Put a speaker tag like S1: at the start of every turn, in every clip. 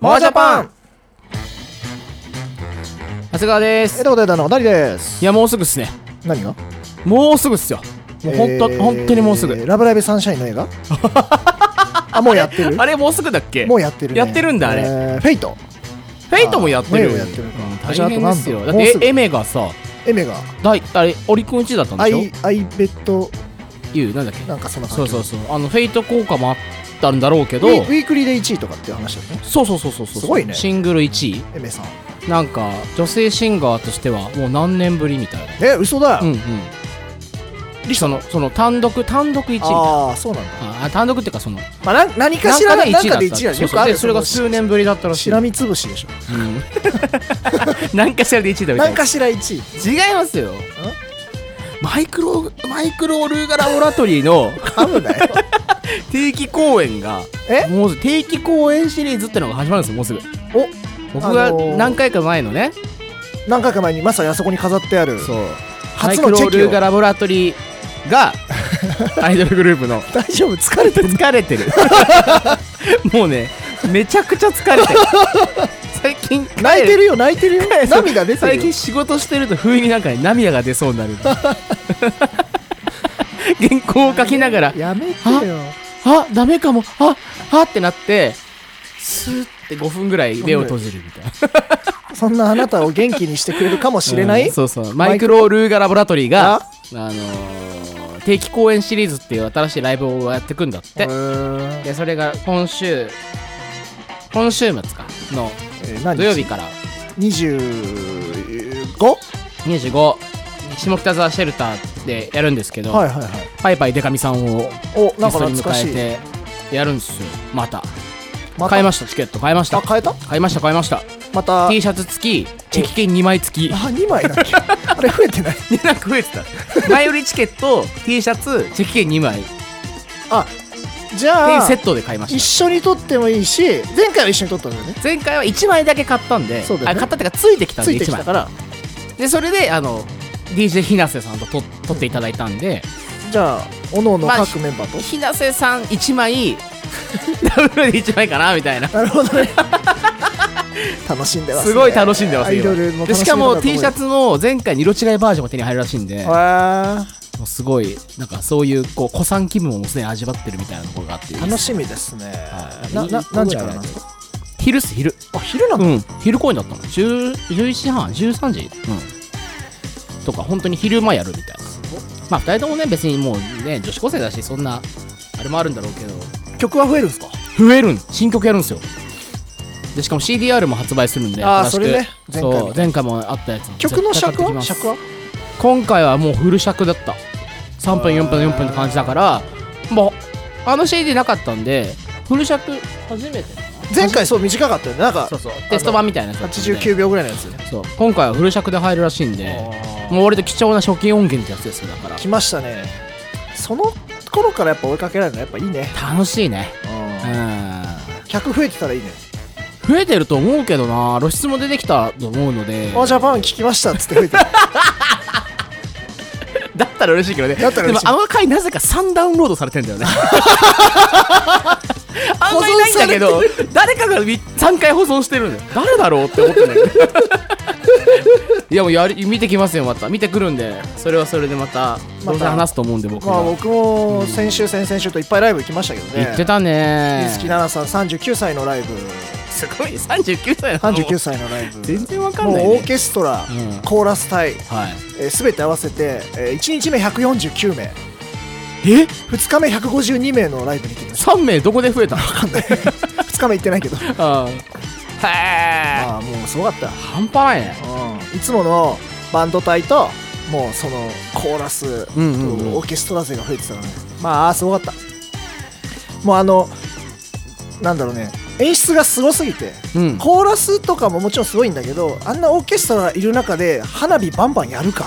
S1: モアジャパン
S2: 長谷川です
S1: えということで、の、なりです。
S2: いやもうすぐっすね
S1: 何が
S2: もうすぐっすよもうほんと、
S1: えー
S2: 本当にもうすぐ
S1: ラブライブサンシャインの映 画あ、もうやってる
S2: あれもうすぐだっけ
S1: もうやってるね。
S2: やってるんだあれ
S1: えーフェイト。
S2: フェイトもやってる
S1: あフェイトもやってるか
S2: うん大変です
S1: じ
S2: よ
S1: ゃああ
S2: だ
S1: と何だ
S2: っ
S1: もうす
S2: て
S1: ぐ
S2: エエメがさ
S1: エメが、
S2: だいあれオリコン1位だったん
S1: ア
S2: でしょ
S1: イ、アイベッド、
S2: いうなんだっけ
S1: なんかそんな
S2: そ
S1: 感
S2: う
S1: じ。
S2: そうそうあのフェイト効果もあったんだろうけど
S1: ウィウィークリーで1位とかっていう話だよね。
S2: そうそうそうそうそう
S1: すごいね
S2: シングル1
S1: エメさん。
S2: 位なんか女性シンガーとしてはもう何年ぶりみたいな
S1: え、嘘だ。
S2: うんうんそのその単独単独1位みたいな
S1: ああ、そうなんだ。
S2: ああ単独っていうかその
S1: まあ、なん何かしら
S2: な
S1: なんなんか
S2: か
S1: で
S2: で
S1: 1
S2: 1
S1: 位
S2: 位
S1: だ
S2: だっ
S1: よね
S2: た
S1: よくあ
S2: そうそう
S1: る
S2: でそれが数年ぶりだったらしい
S1: しらみつぶしでしょ。
S2: うん なんかしらで1位だみた
S1: 何
S2: いな
S1: かしら1位。
S2: 違いますよマイクロマイクロオルーガラボラトリー の
S1: 噛む なよ。
S2: 定期公演が
S1: え
S2: もう定期公演シリーズってのが始まるんですよもうすぐ
S1: お
S2: 僕が
S1: あのー
S2: 何回か前のね、
S1: 何回か前にまさにあそこに飾ってある
S2: そう
S1: 初
S2: マ
S1: のチェ
S2: イクロオ
S1: キ
S2: ル
S1: を
S2: ーガラボラトリー がアイドルグループの
S1: 大丈夫疲れてる
S2: 疲れ てるもうねめちゃくちゃ疲れてる最近
S1: 泣いてるよ泣 いてるよ
S2: 帰る
S1: 涙出て
S2: 最
S1: るよ
S2: 近仕事してると不意になんか、ね、涙が出そうになる 原稿を書きながら
S1: やめてよ
S2: 「あダメかもああってなってスーって5分ぐらい目を閉じるみたいな
S1: そんなあなたを元気にしてくれるかもしれな
S2: う
S1: い
S2: んそうそうマイクロルーガラボラトリーが
S1: あ
S2: あのー定期公演シリーズっていう新しいライブをやってくんだっ
S1: う
S2: て
S1: ーん
S2: でそれが今週今週末かの
S1: えー何
S2: 土曜日から
S1: 二十五
S2: 25下北沢シェルターでやるんですけど、
S1: はいはいはい
S2: パイパイデカミさんを
S1: お
S2: ゲ
S1: なんか
S2: スト
S1: 懐
S2: に
S1: かし
S2: 迎
S1: い
S2: えてやるんですよまた
S1: ま
S2: 買いま
S1: し
S2: したチケット買いました
S1: あ変えた
S2: 買いました買いました
S1: また
S2: T シャツ付きチェキ券2枚付き
S1: あ二枚だっけ あれ増えてない
S2: で なんか増えてた前売りチケット T シャツチェキ券2枚ってい
S1: あじゃ
S2: う
S1: あ
S2: セットで買いま
S1: 一
S2: し
S1: 緒に撮ってもいいし前回は一緒に撮ったんだよね
S2: た前回は1枚だけ買ったんで、
S1: そうだよね
S2: あ買ったっていうかついてきたん
S1: つ
S2: で
S1: いてき
S2: 1枚
S1: たから
S2: でそれであの DJ ひなせさんと撮撮っていただいたんで
S1: じゃあおのおの
S2: まあ
S1: 各メンバーと
S2: ひなせさん1枚 ダブルで1枚かなみたいな
S1: なるほど ね楽しんでますね
S2: すごい楽しんでます
S1: アイ
S2: よ
S1: ドルも楽しんで
S2: でしかも T シャ
S1: ツ
S2: ツも前回の色違いバージョンが手に入るらしいんでもうすごいなんかそういうこう古参気分をもうすでに味わってるみたいなところがあって
S1: 楽しみですね
S2: はい
S1: なない
S2: い
S1: 何時からなんですか
S2: 昼っす昼
S1: あ昼なの
S2: うん昼公演だったの10 11時半13時うんとか本当に昼間やるみたいなまあ2人ともね別にもうね女子高生だしそんなあれもあるんだろうけど
S1: 曲は増えるんですか
S2: 増えるん新曲やるんですよでしかも CDR も発売するんで
S1: あー
S2: 新しく
S1: それね前回みたい
S2: そう前回もあったやつ
S1: 曲の
S2: 絶対買って
S1: 尺
S2: きま
S1: は
S2: す
S1: 尺は
S2: 今回はもうフル尺だった3分4分4分って感じだからもうあの CD なかったんでフル尺初めてかな
S1: 前回そう短かったよねなんか
S2: そうそうテスト版みたいなやつだったんで
S1: 89秒ぐらいのやつね
S2: そう今回はフル尺で入るらしいんでもう割と貴重な初期音源ってやつですよだから
S1: 来ましたねその頃からやっぱ追いかけられるのやっぱいいね
S2: 楽しいねう
S1: うん
S2: ん
S1: 客増えてたらいいね
S2: 増えてると思うけどな露出も出てきたと思うので
S1: 「あジャパン聞きました」っつって増 えてる
S2: だったら嬉しいけどね
S1: だったら
S2: で
S1: 嬉
S2: も
S1: しい
S2: あの回なぜか3ダウンロードされてんだ よねあんまりないんだけど誰かが3回保存してるんだよ誰だろうって思ってねいやもうやり見てきますよまた見てくるんでそれはそれでまたど
S1: また
S2: うせ話すと思うんで僕
S1: ま
S2: は、
S1: あ僕も先週先々週といっぱいライブ行きましたけどね
S2: 言ってたね
S1: 水木奈々さん39歳のライブ
S2: すごい39歳なの
S1: 39歳のライブ
S2: 全然わかんない、ね、
S1: もうオーケストラ、
S2: うん
S1: コーラス隊、
S2: はい
S1: えー、全て合わせて、え1日目149名
S2: え
S1: 2日目152名のライブに行ってきまし
S2: 3名どこで増え たの
S1: た 2日目行ってないけど
S2: ああへえ
S1: ああもうすごかった、
S2: 半端ないね
S1: いつものバンド隊ともうそのコーラスと
S2: うんうんうん
S1: オーケストラ勢が増えてたのね、まああーすごかったもうあのなんだろうね演出がすごすぎて、
S2: うん
S1: コーラスとかももちろんすごいんだけどあんなオーケストラいる中で花火バンバンやるか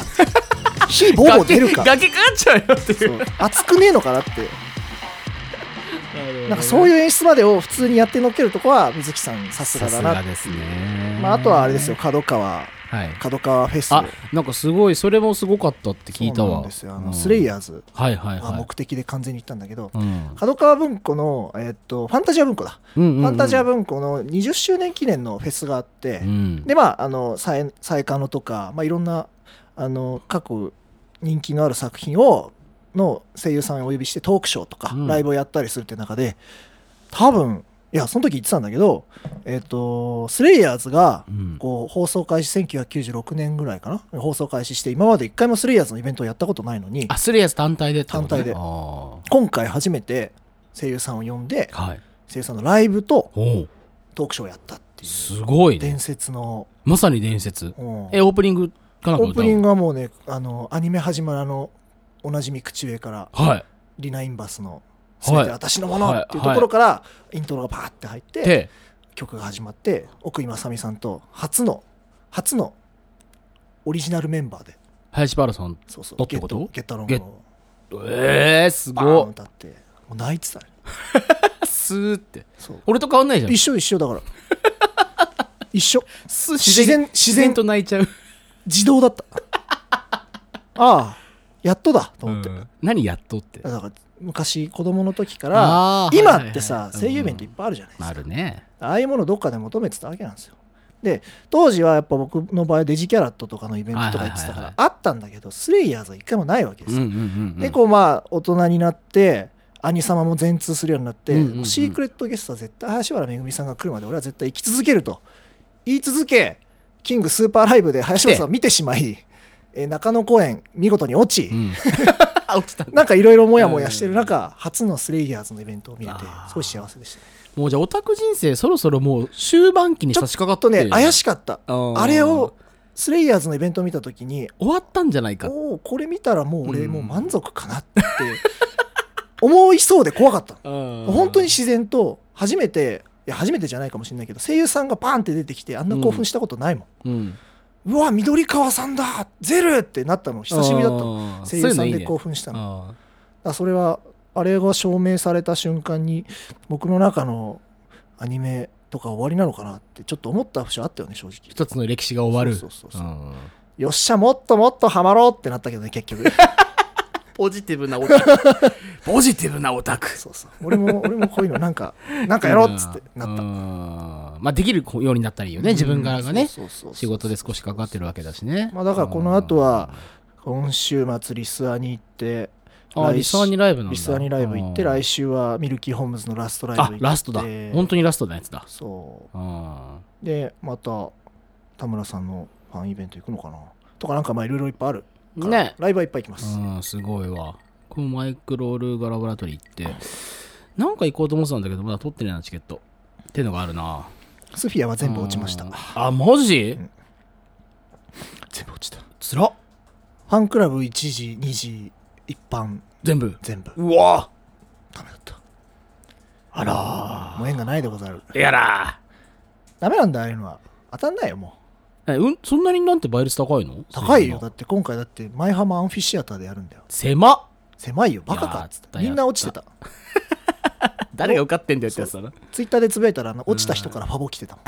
S1: 火ボーボー出 るか
S2: 崖崖かかっちゃうよっていう
S1: そう熱くねえのかなってなんかそういう演出までを普通にやってのっけるとこは水木さんさすがだな
S2: ですね
S1: まあ、あとはあれですよ角川
S2: はい
S1: 角川フェス
S2: あなんかすごいそれもすごかったって聞いた
S1: そうなん
S2: わ
S1: ですよあのスレイ
S2: ヤ
S1: ヤーズ
S2: ーはいはい
S1: が
S2: はい
S1: 目的で完全に行ったんだけど、
S2: うん
S1: 角川文庫の、えーっとファンタジア文庫だ、
S2: うんうんうん
S1: ファンタジア文庫の20周年記念のフェスがあって、
S2: うん
S1: でまああの再再可能とか、まあ、いろんなあの各人気のある作品をの声優さんをお呼びしてトークショーとか、
S2: うん
S1: ライブをやったりするって中で多分いやその時言ってたんだけど、えっとスレイヤーズが
S2: うん
S1: こう放送開始1996年ぐらいかな放送開始して今まで一回もスレイヤーズのイベントをやったことないのに
S2: あスレイヤーズ単体でってこと
S1: 単
S2: ね
S1: 体で
S2: あー
S1: 今回初めて声優さんを呼んで
S2: はい
S1: 声優さんのライブと
S2: おう
S1: トークショーをやったってい
S2: すごいうね
S1: 伝説の、
S2: まさに伝説
S1: うん
S2: えオープニングかなんか歌う
S1: オープニングはもうねあのアニメ始まるあのおなじみ口笛から
S2: はい
S1: リナ・インバス
S2: はい
S1: の「全て私のもの」っていうところからイントロがパーって入って
S2: で
S1: 曲が始まって奥井正美さんと初の初のオリジナルメンバーで
S2: 林原さん
S1: そうそう
S2: だって
S1: ゲッ
S2: こ
S1: ト
S2: と
S1: ゲッタロン
S2: ゲ
S1: グ
S2: ッ
S1: の
S2: えー、す
S1: バーン
S2: ご
S1: 歌ってもう泣いてたね
S2: っスーって
S1: そう
S2: 俺と変わんないじゃん
S1: 一緒一緒だから 一緒
S2: す
S1: 自然自
S2: 自
S1: 然
S2: 然と泣いちゃう
S1: 自 動だったああやっとだと思って、
S2: うん何やっとって
S1: だから昔子供の時から
S2: あー
S1: 今ってさ声優イベントいっ
S2: ぱ
S1: ぱいあるじゃないですか
S2: あるね
S1: ああいうものどっかで求めてたわけなんですよ。で当時はやっぱ僕の場合デジキャラットとかのイベントとか行って
S2: はいはいはい
S1: たか
S2: は
S1: ら
S2: い
S1: あったんだけどスレイヤーズは一回もないわけで
S2: う
S1: す
S2: んう
S1: よ。
S2: んうん
S1: でこうまあ大人になって兄様も全通するようになって、
S2: うんうんうん
S1: シークレットゲストは絶対林原めぐみさんが来るまで俺は絶対生き続けると言い続けキングスーパーライブで林原さんを見てしまい、えー中野公演見事に落ち、
S2: うん落ちた
S1: なんかいろいろモヤモヤしてる中、初のスレイヤーズのイベントを見れて
S2: あー
S1: すごい幸せでした。
S2: もうじゃあオタク人生そろそろもう終盤期に差し掛か
S1: あと
S2: って
S1: ね怪
S2: い
S1: しかった
S2: あ
S1: あれをスレイヤーズのイベントを見た時に
S2: 終わったんじゃないか
S1: おおこれ見たらもう俺
S2: うん
S1: もう満足かなって 思いそうで怖かった本
S2: 本
S1: 当に自然と初めていや初めてじゃないかもしれないけど声優さんがバーンって出てきてあんな興奮したことないもん、
S2: うん
S1: うわ緑川さんだゼルってなったの久しぶりだったの
S2: あー
S1: 声優さんで興
S2: そ
S1: 奮した
S2: ういう
S1: の
S2: の
S1: あそれはあれが証明された瞬間に僕の中のアニメとか終わりなのかなってちょっと思った節はあったよね正直
S2: 一つの歴史が終わる
S1: そうそうそうそう
S2: うん
S1: よっしゃもっともっとハマろうってなったけどね結 局
S2: ポジティブなオタク ポジティブなオタク
S1: そうそう俺も俺もこういうのなんかなんかやろうっつってなった、
S2: ったまあできるようになったらいいよね自分からがね仕事で少しかかってるわけだしね
S1: まあだからこの後は今週末リスアに行って
S2: あー
S1: 来
S2: リスアニライブなんだ
S1: リスアにライブ行って
S2: あー
S1: 来週はミルキーホームズのラストライブ行
S2: あ
S1: って
S2: ラストだ本当にラストのやつだ
S1: そ
S2: あ
S1: うでまた田村さんのファンイベント行くのかなとかなんかまあいろいろいっぱいある
S2: ー
S1: から
S2: ね
S1: ライブはいっぱい行きます、
S2: うんすごいわこのマイクロールガラバラトリーってなんか行こうと思ってたんだけどまだ取ってないなチケットっていうのがあるな
S1: スフィアは全部落ちました
S2: うんあマジ
S1: うん全部落ちたフ
S2: つらっ
S1: ァンクラブ1時2時一般
S2: 全部
S1: 全部
S2: うわ
S1: ダメだった
S2: あら
S1: もう縁がないでござる
S2: ーやら
S1: ダメなんだああいうのは当たんないよもう
S2: ーえうんそんなになんて倍率高いの
S1: 高いよだって今回だって舞浜アンフィシアターでやるんだよ
S2: 狭っ
S1: 狭いよバカかっつって
S2: いやー
S1: みんな落ちてた
S2: 誰が受かってんだよってやつだな
S1: ツイッターでつぶやいたらあの落ちた人からファボ来てたもん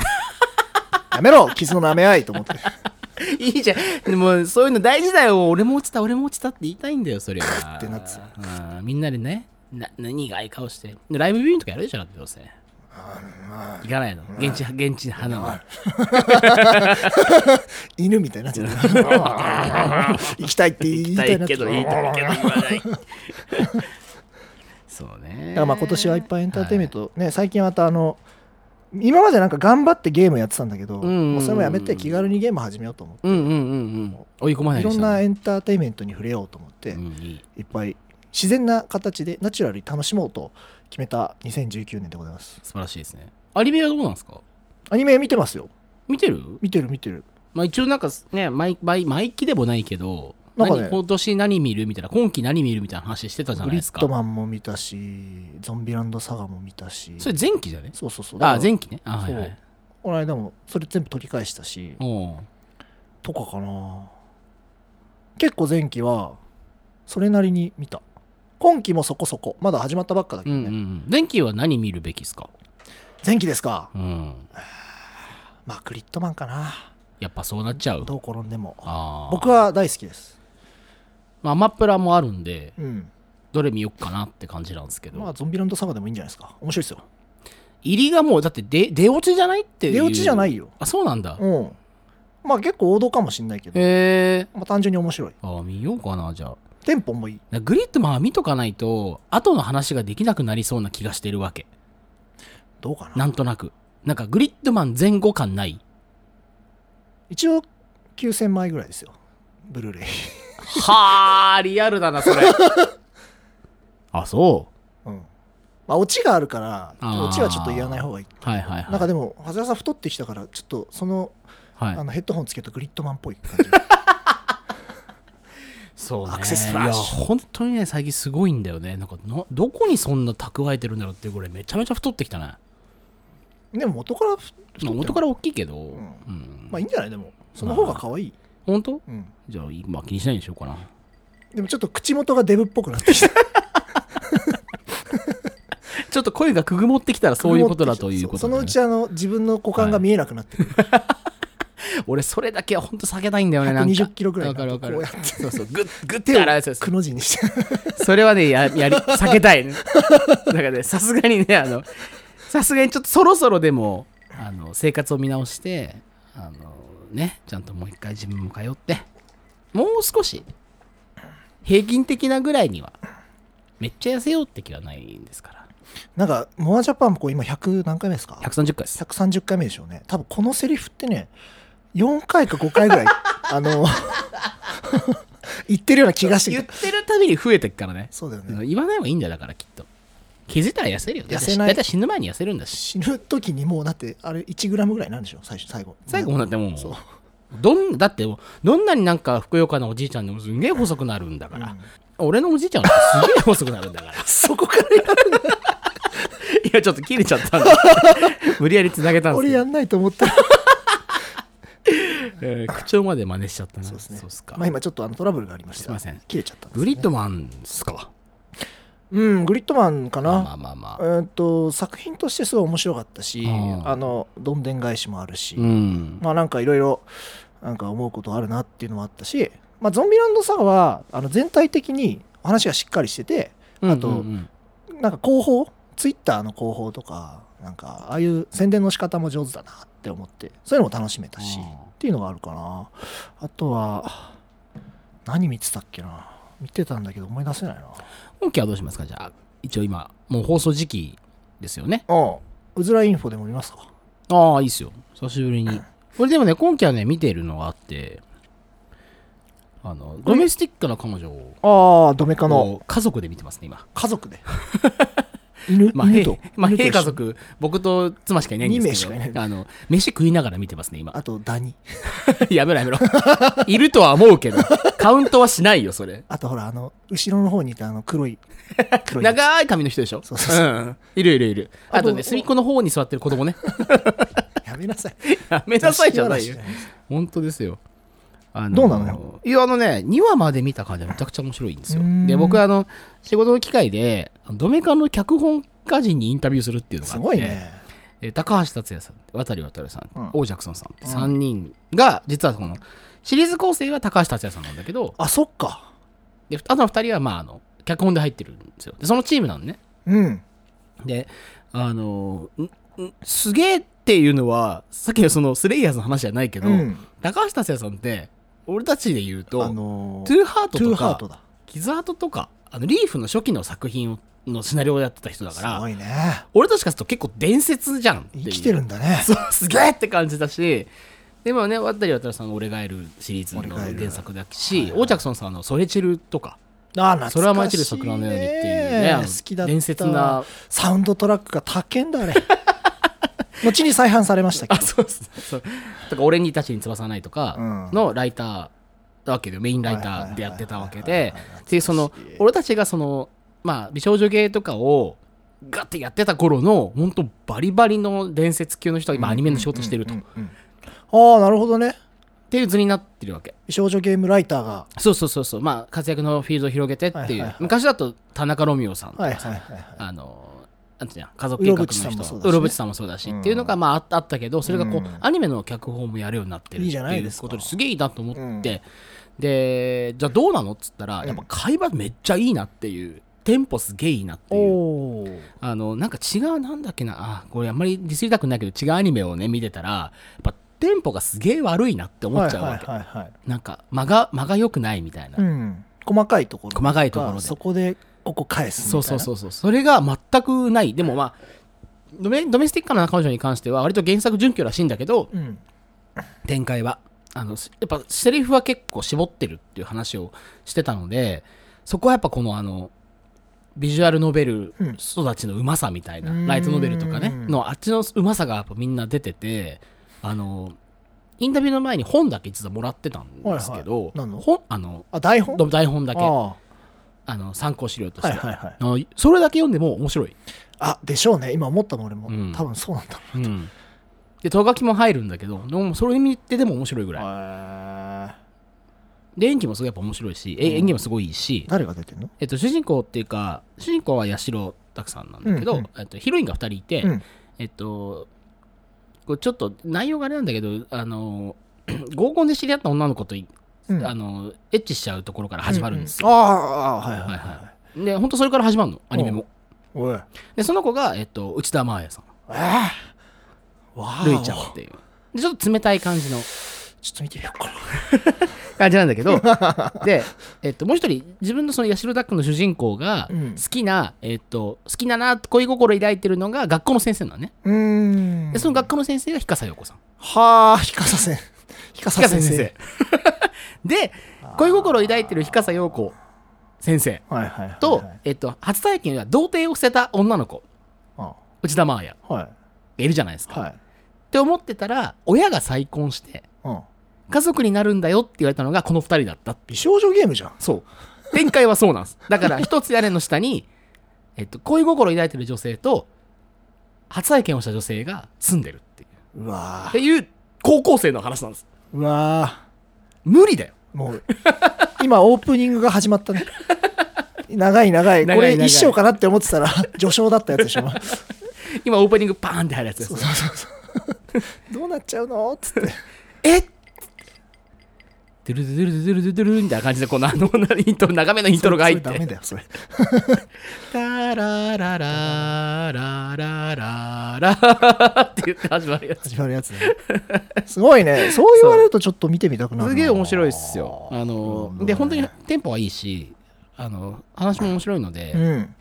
S1: やめろ 傷の舐め合いと思って
S2: いいじゃん。でも、そういうの大事だよ。俺も落ちた、俺も落ちたって言いたいんだよ、それは。
S1: ってなってさ
S2: うんみんなでね、な、苦い顔して。でライブビューイングとかやるでしょ、だってどうせ。行かないの。現地、現地派なの。
S1: 犬みたいになっちゃった 行きたいって言いたいなってだか
S2: いけど言わない。 そうね。
S1: らまあ今年はいっぱいエンターテインメントね最近またあの今までなんか頑張ってゲームやってたんだけど
S2: んうんうん
S1: もうそれもやめて気軽にゲーム始めようと思って
S2: うんうんうんうん。追い込まない
S1: い
S2: ように
S1: ろ
S2: し
S1: ん
S2: た
S1: な
S2: ね
S1: エンターテインメントに触れようと思って
S2: うんいい
S1: いっぱい自然な形でナチュラルに楽しもうと決めた2019年でございます
S2: 素晴らしいですね。アニメはどうなんですか
S1: アニメ見てますよ
S2: 見てる
S1: 見てる見てる
S2: まあ一応なんかね、毎、毎、毎期でもないけど、
S1: なんかね
S2: 何今年何見るみたいな、今期何見るみたいな話してたじゃ
S1: グ
S2: ない
S1: リ
S2: です
S1: ッ
S2: か。
S1: ドマンも見たしゾンビランドサガも見たし
S2: それ前期じゃね
S1: そうそうそ
S2: あ、
S1: うだから
S2: 前期ね。あ、はいは
S1: そう
S2: い。
S1: この間もそれ全部取り返したし
S2: おう
S1: とかかな結構前期はそれなりに見た今期もそこそこまだ始まったばっかだけ
S2: う
S1: ど
S2: ん
S1: ね、
S2: うんうん。前期は何見るべきですか
S1: 前期ですか
S2: うん。
S1: まあグリッドマンかな
S2: やっぱそうなっちゃう
S1: どう転んでも
S2: あー
S1: 僕は大好きです
S2: まあアマプラもあるんで
S1: うん
S2: どれ見よっかなって感じなんですけど、
S1: まあゾンビランドサガでもいいんじゃないですか面白いですよ
S2: 入りがもうだって出出落ちじゃないっていう
S1: 出落ちじゃないよ
S2: あそうなんだへ
S1: うんまあ結構王道かもしんないけど
S2: え
S1: まあ単純に面白い
S2: あ見ようかなじゃあ
S1: テンポもいい
S2: なグリッドマンは見とかないと後の話ができなくなりそうな気がしてるわけ
S1: どうかな
S2: なんとなくなんかグリッドマン前後感ない
S1: 一応9000枚ぐらいですよ ブルーレイ
S2: はあリアルだなそれ あそう
S1: うんまあオチがあるから
S2: あー
S1: オチはちょっと言わない方がいい
S2: はいはいはい
S1: なんかでも長谷川さん太ってきたからちょっとその
S2: はい
S1: あのヘッドホンつけるとグリッドマンっぽい感じ
S2: そうね
S1: アクセスフラッシュ
S2: いや本当にね最近すごいんだよねなんかのどこにそんな蓄えてるんだろうってこれめちゃめちゃ太ってきたね
S1: でも元から太って
S2: まあ
S1: も
S2: 元から大きいけど、うんん
S1: まあいいんじゃないでもその方が可愛い
S2: 本当
S1: うん
S2: じゃあ今気にしないでしょうかな
S1: でもちょっと口元がデブっぽくなってきた
S2: ちょっと声がくぐもってきたらそういうことだということ
S1: そ
S2: でね、
S1: のうちあの自分の股間が見えなくなってくる、
S2: 俺それだけは本当避けたいんだよねなんか
S1: 120キロぐらい
S2: わかるわかる
S1: こうやって
S2: そうそうグッグッて
S1: 手
S2: 洗うそう
S1: を
S2: そう
S1: くの字にして
S2: それはねややり避けたいねだからねさすがにねあのさすがにちょっとそろそろでもあの生活を見直してあのねちゃんともう一回自分も通ってもう少し平均的なぐらいにはめっちゃ痩せようって気はないんですから
S1: なんかモアジャパンもこう今100何回目ですか
S2: 130回です
S1: 130回目でしょうね多分このセリフってね4回か5回ぐらい あの言ってるような気がしてき
S2: 言
S1: た
S2: ってるたびに増えてくからね
S1: そうだよ
S2: あの
S1: ね
S2: 言わない方がいいんだよだからきっと気づいたら痩せるよ
S1: 痩せない
S2: だいたい死ぬ前に痩せるんだし
S1: 死ぬ時にもうだってあれ1グラムぐらいなんでしょ最初最後
S2: 最後もだってもう
S1: そう
S2: どんだってもうどんなになんかふくよかなおじいちゃんでもすんげえ細くなるんだから、俺のおじいちゃんはすげえ細くなるんだからい
S1: そこからやる
S2: やちょっと切れちゃったんで 無理やりつなげたんです
S1: 俺
S2: け
S1: や
S2: ど、
S1: んないと思ったら
S2: えー口調まで真似しちゃったな
S1: そうですね
S2: っすか、
S1: まあ今ちょっとあのトラブルがありました
S2: すいません
S1: 切れちゃったんですね
S2: グリッドマンっすか
S1: うんグリッドマンかな、
S2: まあまあまあ、
S1: えーっと作品としてすごい面白かったし、
S2: うん
S1: あのどんでん返しもあるし、
S2: うん
S1: まあなんかいろいろなんか思うことあるなっていうのもあったし、まあ、ゾンビランドサガはあの全体的に話がしっかりしててあと
S2: うんうんうん
S1: なんか広報ツイッターの広報とかなんかああいう宣伝の仕方も上手だなって思ってそういうのも楽しめたし
S2: うん
S1: っていうのがあるかなあとは何見てたっけな見てたんだけど思い出せないな
S2: 本家はどうしますかじゃあ一応今もう放送時期ですよね
S1: あうずらインフォでも見ますか
S2: ああいいっすよ久しぶりにこれでもね今期はね見てるのがあってあのドメスティックな彼女を
S1: ああドメカの
S2: を家族で見てますね今
S1: 家族で犬,、
S2: まあ、
S1: 犬
S2: へ
S1: と
S2: まあ、
S1: 犬と一緒
S2: 兵家族、僕と妻しかいないんですけど、
S1: 二名しかい
S2: あの、飯食いながら見てますね、今。
S1: あとダニ
S2: やめろやめろ。いるとは思うけど、 カウントはしないよ、それ。
S1: あとほら、あの、後ろの方にいたあの 黒い、黒いやつ。
S2: 長い髪の人でしょ
S1: そうそうそうん
S2: いるいるいる。あと
S1: あ
S2: ね、
S1: と
S2: 隅っこの方に座ってる子供 ね。
S1: やめなさい。
S2: やめなさいじゃないよ
S1: 座。敷わらしじゃない
S2: 本当ですよ。あ
S1: どうなのよ
S2: いや、あのね、2話まで見た感じはめちゃくちゃ面白いんですよ
S1: うー。ん
S2: で、僕、あの、仕事の機会で、ドメカの脚本家人にインタビューするっていうのがあ
S1: す
S2: って。
S1: ごいね。
S2: えー高橋達也さん渡り渡るさん、
S1: うん
S2: オージャクソンさんって
S1: うん
S2: 3人が、実はこのシリーズ構成は高橋達也さんなんだけど
S1: あ、そっか。
S2: であとの2人はまああの脚本で入ってるんですよでそのチームなのね
S1: うん。
S2: であのーんんすげえっていうのはさっきのそのスレイヤーズの話じゃないけど、
S1: うん
S2: 高橋達也さんって俺たちで言うと、
S1: あのー、
S2: トゥーハート
S1: トゥ
S2: と
S1: ーハー
S2: か
S1: トだ。
S2: キズハートとかあのリーフの初期の作品をのシナリオをやってた人だか
S1: す
S2: ら
S1: ごいね。
S2: 俺たちからすると結構伝説じゃんっていう
S1: 生きてるんだね。
S2: そう すげえって感じだしでもね渡り渡るさんの「俺がえる」シリーズの
S1: 俺がえる
S2: 原作だし、
S1: はいはい
S2: オーチャクソンさんの「ソレチル」とか
S1: あ
S2: 「
S1: あ、
S2: それは舞い散る
S1: 懐
S2: 桜
S1: か
S2: の
S1: し
S2: ように」っていうねあの
S1: 好きだった。
S2: 伝説 な。
S1: サウンドトラックが高え んだ、あれ。後に再販されましたけ
S2: あ
S1: ど。
S2: そうそうそうとか「俺にたちに翼はない」とか
S1: うん
S2: のライターだわけでメインライターでやってたわけで
S1: はいはいはいはいはいはい
S2: っていうその俺たちがそのまあ美少女芸とかをガッてやってた頃の本当バリバリの伝説級の人が今アニメの仕事してると
S1: う
S2: っ
S1: んうんうんああ、なるほどね。
S2: ていう図になってるわけ
S1: 少女ゲームライターが。
S2: そうそうそうそう、まあ、活躍のフィールドを広げてっていう、
S1: はいはいはい
S2: 昔だと田中ロミオさんと
S1: はい
S2: かさ、
S1: はいはいはい。
S2: あのなんていうの家族計画の
S1: うろぶちさんも
S2: 人
S1: そうだしね
S2: うろぶちさんもそうだし、
S1: うん
S2: っていうのがまあああったけどそれがこう、
S1: うん
S2: アニメの脚本もやるようになってる
S1: いいじゃ
S2: っ
S1: な
S2: て
S1: い
S2: い
S1: で
S2: う
S1: すか
S2: ことで、すげえいいなと思って、
S1: うん
S2: でじゃあどうなのっつったら、
S1: うん
S2: やっぱ会話めっちゃいいなっていうテンポすげえいいなっていう。
S1: おー
S2: あのなんか違うなんだっけなあこれあんまりディスりたくないけど違うアニメをね見てたらやっぱテンポがすげえ悪いなって思っちゃうわけ、
S1: はいはいはいはい
S2: なんか間が間が良くないみたいな、
S1: うん、細かいところ
S2: 細かいところで
S1: そこでここ返すみたいな
S2: そうそうそうそうそれが全くないでもまあドメドメスティックな彼女に関しては割と原作準拠らしいんだけど
S1: う、ん、
S2: 展開はあのやっぱセリフは結構絞ってるっていう話をしてたのでそこはやっぱこのあのビジュアルノベル
S1: うん
S2: 育ちのうまさみたいな、
S1: うん
S2: ライトノベルとかね
S1: うん
S2: のあっちのうまさがやっぱみんな出ててあのインタビューの前に本だけ実はもらってたんですけど、
S1: はいはい何の
S2: 本あの
S1: あ台本
S2: 台本だけあ
S1: あ
S2: の参考資料と
S1: あ
S2: して、
S1: はいはいはい
S2: あのそれだけ読んでも面白い
S1: あでしょうね今思ったの俺も、
S2: うん
S1: 多分そうなんだろ
S2: うん、で、とがきも入るんだけど、でもそれ見てでも面白いぐ
S1: う
S2: らい。
S1: へ
S2: で、演技もすごいやっぱ面白いし、え
S1: うん
S2: 演技もすごいいいし
S1: ー、誰が出てんの
S2: えっと、主人公っていうか、主人公は八代拓さんなんだけど、
S1: うんうん
S2: えっと、ヒロインが2人いて、
S1: うん
S2: えっと、これちょっと内容があれなんだけど、あの、 合コンで知り合った女の子とい、
S1: うん
S2: あのエッチしちゃうところから始まるんですよ。
S1: うあああはいはいはい、
S2: はいはで、本当それから始まるの、アニメも。
S1: おい
S2: で、その子が、えっと、内田真彩さん、
S1: えあわあ
S2: ルイちゃんっていう。でちょっと冷たい感じの
S1: ちょっと見てみようかな
S2: 感じなんだけ どで、えっと、もう一人自分のその八代ダックの主人公が
S1: うん
S2: 好きな、えっと、好きだなって恋心抱いてるのが学校の先生なのね、
S1: うーん
S2: でその学校の先生が日笠陽子さん
S1: はあひかさせんひかさ先生
S2: で恋心を抱いてる日笠陽子先生
S1: はいはいはいはい
S2: と、えっと、初体験は童貞を捨てた女の子
S1: あ
S2: 内田真彩が
S1: はい
S2: いるじゃないですか、
S1: はい
S2: って思ってたら親が再婚して
S1: うん
S2: 家族になるんだよって言われたのがこの二人だったっていう
S1: 美少女ゲームじゃん
S2: そう。展開はそう なんです。だから、一つ屋根の下に、えっと、恋心を抱いてる女性と、初体験をした女性が住んでるっていう。
S1: うわ
S2: っ
S1: あ
S2: ていう、高校生の話なんです。
S1: うわあ
S2: 無理だよ。
S1: もう 今オープニングが始ま ったね長い長い
S2: 長い
S1: これ
S2: 長い
S1: 一章かなって思ってたら 序章だったやつでしょ
S2: 今、オープニングパーンって入るやつです。
S1: どう なっちゃうのっつって
S2: えドゥルドゥルドゥルドゥルドゥルドゥルみたいな感じで、この、あの、イントロ、長めのイントロが入って
S1: それ。ダメだよそれ
S2: タラララララララって言って始まるやつ。
S1: 始まるやつねすごいねそう言われるとちょっと見てみたくなるな
S2: すげえ面白いっすよ。あの、
S1: うん
S2: で、本当にテンポはいいし、あの、話も面白いので、
S1: うん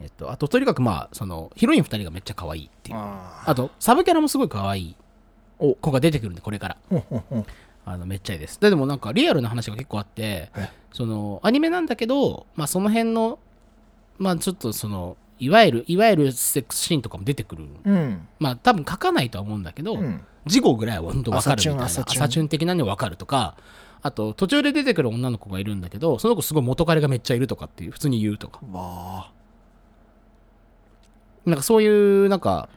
S2: えっと、あと、とにかくまあ、その、ヒロイン二人がめっちゃ可愛いっていう。
S1: あ
S2: あと、サブキャラもすごい可愛い子が出てくるんで、これから。
S1: ーほんほんほん
S2: あの、めっちゃいいです。で、でもなんか、リアルな話が結構あって
S1: え、
S2: その、アニメなんだけど、まあ、その辺の、まあ、ちょっとその、いわゆる、いわゆるセックスシーンとかも出てくる。
S1: うん
S2: まあ、多分書かないとは思うんだけど、
S1: うん
S2: 事後ぐらいは本当分かるみたいな
S1: 朝チュン朝
S2: 朝
S1: チ
S2: チ
S1: ュン
S2: ュン的なの分かるとかあと途中で出てくる女の子がいるんだけどその子すごい元彼がめっちゃいるとかっていう普通に言うとか
S1: わあ
S2: なんかそういうなんか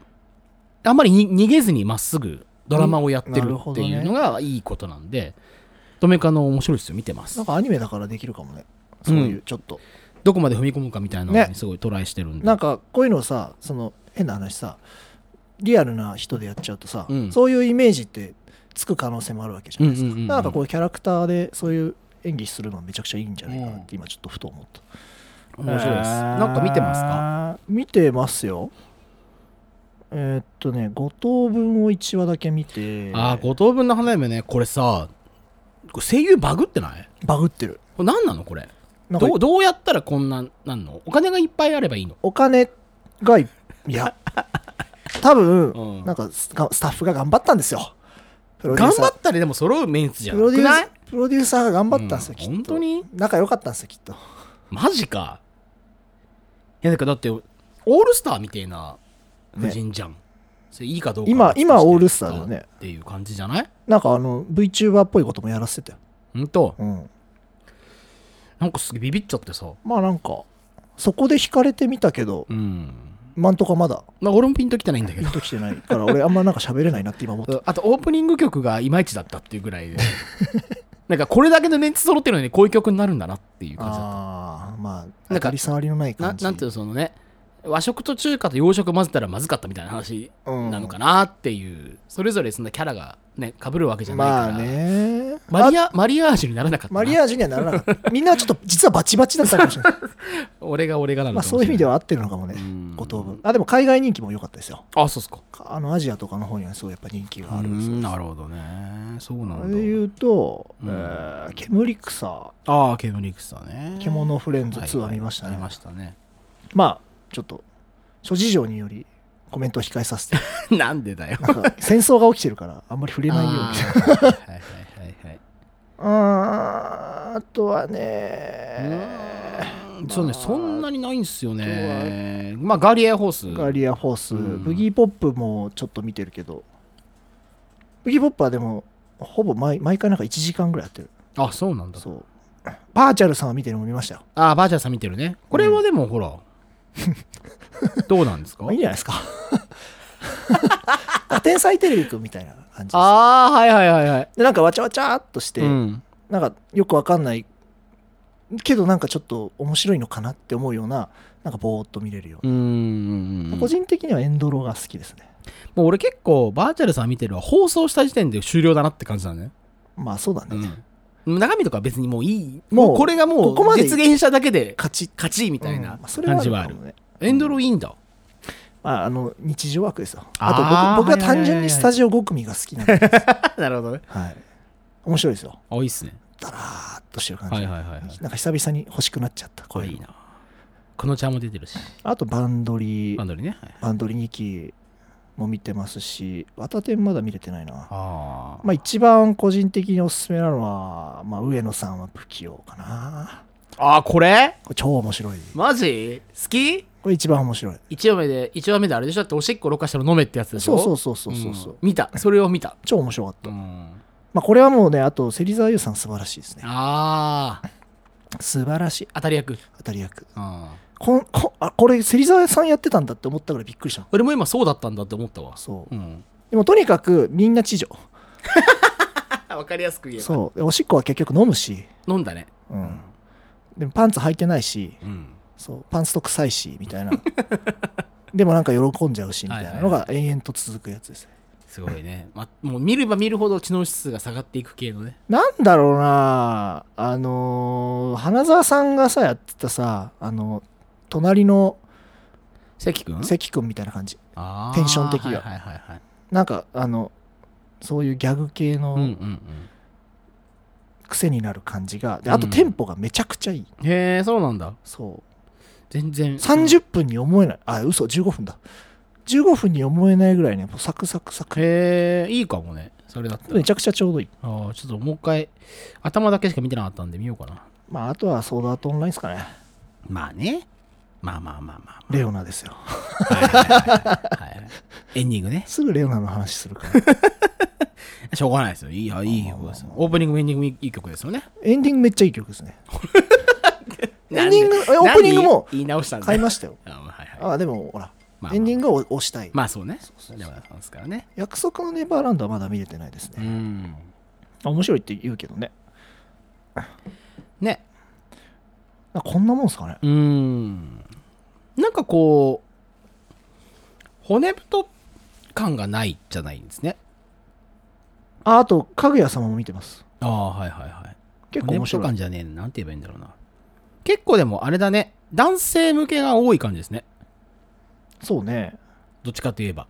S2: あんまりに逃げずにまっすぐドラマをやって
S1: うんな
S2: る
S1: るほ
S2: っ
S1: ど
S2: て
S1: ね
S2: いうのがいいことなんでドメカの面白いですよ見てます
S1: なんかアニメだからできるかもねそういううちょっと
S2: どこまで踏み込むかみたいなの
S1: ね
S2: にすごいトライしてるんで、
S1: なんかこういうのをさその変な話さリアルな人でやっちゃうとさ、
S2: うん
S1: そういうイメージってつく可能性もあるわけじゃないですか、
S2: うんうんうんうん
S1: なんかこういうキャラクターでそういう演技するのはめちゃくちゃいいんじゃないかなって今ちょっとふと思った、
S2: 面白いですなんか見てますか
S1: か見てますよえーっとね5等分を1話だけ見て
S2: ああ五等分の花嫁ねこれさこれ声優バグってない
S1: バグってる
S2: これ何なのこれ
S1: なんか
S2: どうどうやったらこんなんなんのお金がいっぱいあればいいの
S1: お金がいい や多分、
S2: うん
S1: なんかスタスタッフが頑張ったんですよプロデュー
S2: 頑
S1: サー
S2: 張ったらでも揃うメンツじゃ
S1: プロ
S2: な
S1: デ
S2: く
S1: ュー
S2: な
S1: サ
S2: い
S1: ープロデューサーが頑張ったんです
S2: うん
S1: よ、きっと
S2: 本当に
S1: 仲良かったんですよきっと
S2: マジかいやだからだってオールスターみたいな
S1: ね
S2: 夫人じゃん、それいいかどうか
S1: 今
S2: は別として
S1: 今オールスターだね
S2: っていう感じじゃない
S1: なんかあの VTuber っぽいこともやらせてたよ、
S2: ほんと
S1: うん、
S2: なんかすげえビビっちゃってさ
S1: まあなんかそこで惹かれてみたけど
S2: うん
S1: 今んとこまだ
S2: まあ俺もピンときてないんだけ
S1: ピ
S2: ど
S1: ンときてない から俺あんまなんか喋れないなって今思った
S2: あとオープニング曲がいまいちだったっていうぐらいで なんかこれだけのメンツ揃ってるのにこういう曲になるんだなっていう感じだった
S1: ああまあ
S2: なんか
S1: 当たり障りのない
S2: な
S1: 感じ
S2: なんていうのそのね和食と中華と洋食混ぜたらまずかったみたいな話なのかなっていう、それぞれそんなキャラがね被るわけじゃないから、
S1: まあね
S2: マリアマリアージュにならなかったな
S1: マリアージュにはならなかったみんなちょっと実はバチバチだったかもしれ ない
S2: 俺が俺がなの
S1: まあ
S2: かもしれ
S1: そう
S2: な
S1: いう
S2: い
S1: 意味では合ってるのかもね
S2: うん
S1: 五等分あでも海外人気も良かったですよ
S2: あそうっすか
S1: あのアジアとかの方にはすごいやっぱ人気があるんですよ
S2: なるほどねそうな
S1: そ
S2: ん
S1: れで
S2: だ
S1: 言うと、
S2: うん
S1: えー煙草
S2: ああケムリクスだね
S1: 獣フレンズ
S2: はい
S1: 2は見ましたね、
S2: はい見ましたね
S1: まあちょっと諸事情によりコメントを控えさせて
S2: なんでだよ
S1: なんか戦争が起きてるからあんまり触れないように
S2: あーはいはいはいはい
S1: あーあとはね
S2: うーん そうね、
S1: まあ
S2: そんなにないんすよね。まあ、ガリアホース。
S1: ガリア・フォース、
S2: うん
S1: ブギー・ポップもちょっと見てるけどブギー・ポップはでもほぼ毎毎回なんか1時間ぐらいやってる
S2: あ、そうなんだ。
S1: そうバーチャルさんは見てるのも見ましたよ
S2: あ、バーチャルさん見てるね。これはでも、ほら、どうなんですか
S1: まあいいんじゃないですか天才テレビくんみたいな感じです
S2: ああ、はいはいはいはい。
S1: でなんかわちゃわちゃーっとして、
S2: うん、
S1: なんかよくわかんないけどなんかちょっと面白いのかなって思うようななんかぼーっと見れるよう
S2: うーん
S1: な、個人的にはエンドロが好きですね
S2: もう俺結構バーチャルさん見てるは放送した時点で終了だなって感じだね、
S1: まあそうだね、
S2: うん、中身とかは別にもういい
S1: もう
S2: もうこれがも
S1: ここま
S2: う
S1: で
S2: 実現しただけで
S1: 勝ち
S2: 勝ちみたい
S1: うん
S2: な
S1: まあ
S2: 感じはあ
S1: か
S2: る
S1: もね
S2: エンドロいいんだ
S1: まあ、あの日常枠ですよ
S2: あー
S1: あと僕僕は
S2: はい
S1: 単純
S2: はいはいはい
S1: にスタジオ5組が好きな ん で、
S2: なるほどね
S1: はい、面白いですよ
S2: あいいっすね
S1: だらーっとしてる感じ、
S2: はいはいはい、はい、
S1: なんか久々に欲しくなっちゃったこ
S2: こ
S1: う
S2: れ
S1: い
S2: い
S1: うの
S2: いなこのちゃんも出てるし
S1: あとバンドリ
S2: バン
S1: ー
S2: ドリーね、はい
S1: バンドリ2期も見てますしワタテンまだ見れてないな
S2: あ
S1: まあ、一番個人的におすすめなのは、まあ、上野さんは不器用かな。
S2: あーこれ
S1: これ超面白い。
S2: マジ好き
S1: これ一番面白い。
S2: 一話目で一話目であれでしょだっておしっころ過したら飲めってやつでし
S1: そ
S2: ょ
S1: うそううそうそうそうそう、
S2: ん見たそれを見た、
S1: 超面白かった。
S2: うん、
S1: まあ、これはもうね、あと、芹沢優さん素晴らしいですね。
S2: ああ
S1: 素晴らしい。
S2: 当たり役
S1: 当たり役。
S2: あ
S1: こんこあこれ、芹沢さんやってたんだって思ったぐらいびっくりしたの。
S2: 俺も今そうだったんだって思ったわ
S1: そう。
S2: うん
S1: でも、とにかく、みんな知女。
S2: わかりやすく言えば
S1: そう。でおしっこは結局飲むし、
S2: 飲んだね
S1: うん。でも、パンツ履いてないし、
S2: うん
S1: そう。パンツと臭いし、みたいな。 でも、なんか喜んじゃうし、みたいなのが延々と続くやつですね。
S2: すごいね、ま、もう見れば見るほど知能指数が下がっていく系のね
S1: なんだろうなあのー花澤さんがさやってたさあの隣の
S2: 関君
S1: 関君みたいな感じ
S2: あー
S1: テンション的
S2: はい
S1: が
S2: はいはいはい
S1: なんかあのそういうギャグ系
S2: うんう
S1: の
S2: ん
S1: 癖になる感じが、であ
S2: う
S1: と
S2: ん
S1: テンポがめちゃくちゃいい、
S2: うんへえそうなんだ
S1: そ
S2: 全然
S1: う30分に思えないあ嘘15分だ15分に思えないぐらいねもうサクサクサク
S2: へえいいかもねそれだったら
S1: めちゃくちゃちょうどいい
S2: ああ、ちょっともう一回、頭だけしか見てなかったんで見ようかな。
S1: まああとはソードアートオンラインですかね
S2: まあね。まあまあまあまあ、
S1: レオナですよ
S2: はいはいはいはいはいエンディングね。
S1: すぐレオナの話するから
S2: しょうがないですよ。いいや、いい曲ですよ。オープニングもエンディングもいい曲ですよね。
S1: エンディングめっちゃいい曲ですねエンディング
S2: なんで
S1: えオープニングも
S2: なんで言い直したんだ
S1: 買い
S2: よ。
S1: ましたよ
S2: あーはいはい。まあ
S1: あでもほら
S2: まあ
S1: エンディングは押したい、
S2: まあそうね。
S1: そうそう
S2: でもなんですからね。
S1: 約束のネバーランドはまだ見れてないです
S2: う
S1: ね、
S2: ん。
S1: 面白いって言うけどね
S2: ね。
S1: なんかこんなもんすかね
S2: うん。なんかこう、骨太感がないじゃないんですね。
S1: ああとかぐや様も見てます
S2: ああ、はいはいはい。
S1: 結構面白
S2: ネット感
S1: い
S2: じゃねえななんて言えばいいんだろうな。結構でもあれだね、男性向けが多い感じですね。
S1: そうね
S2: どっちかといえば。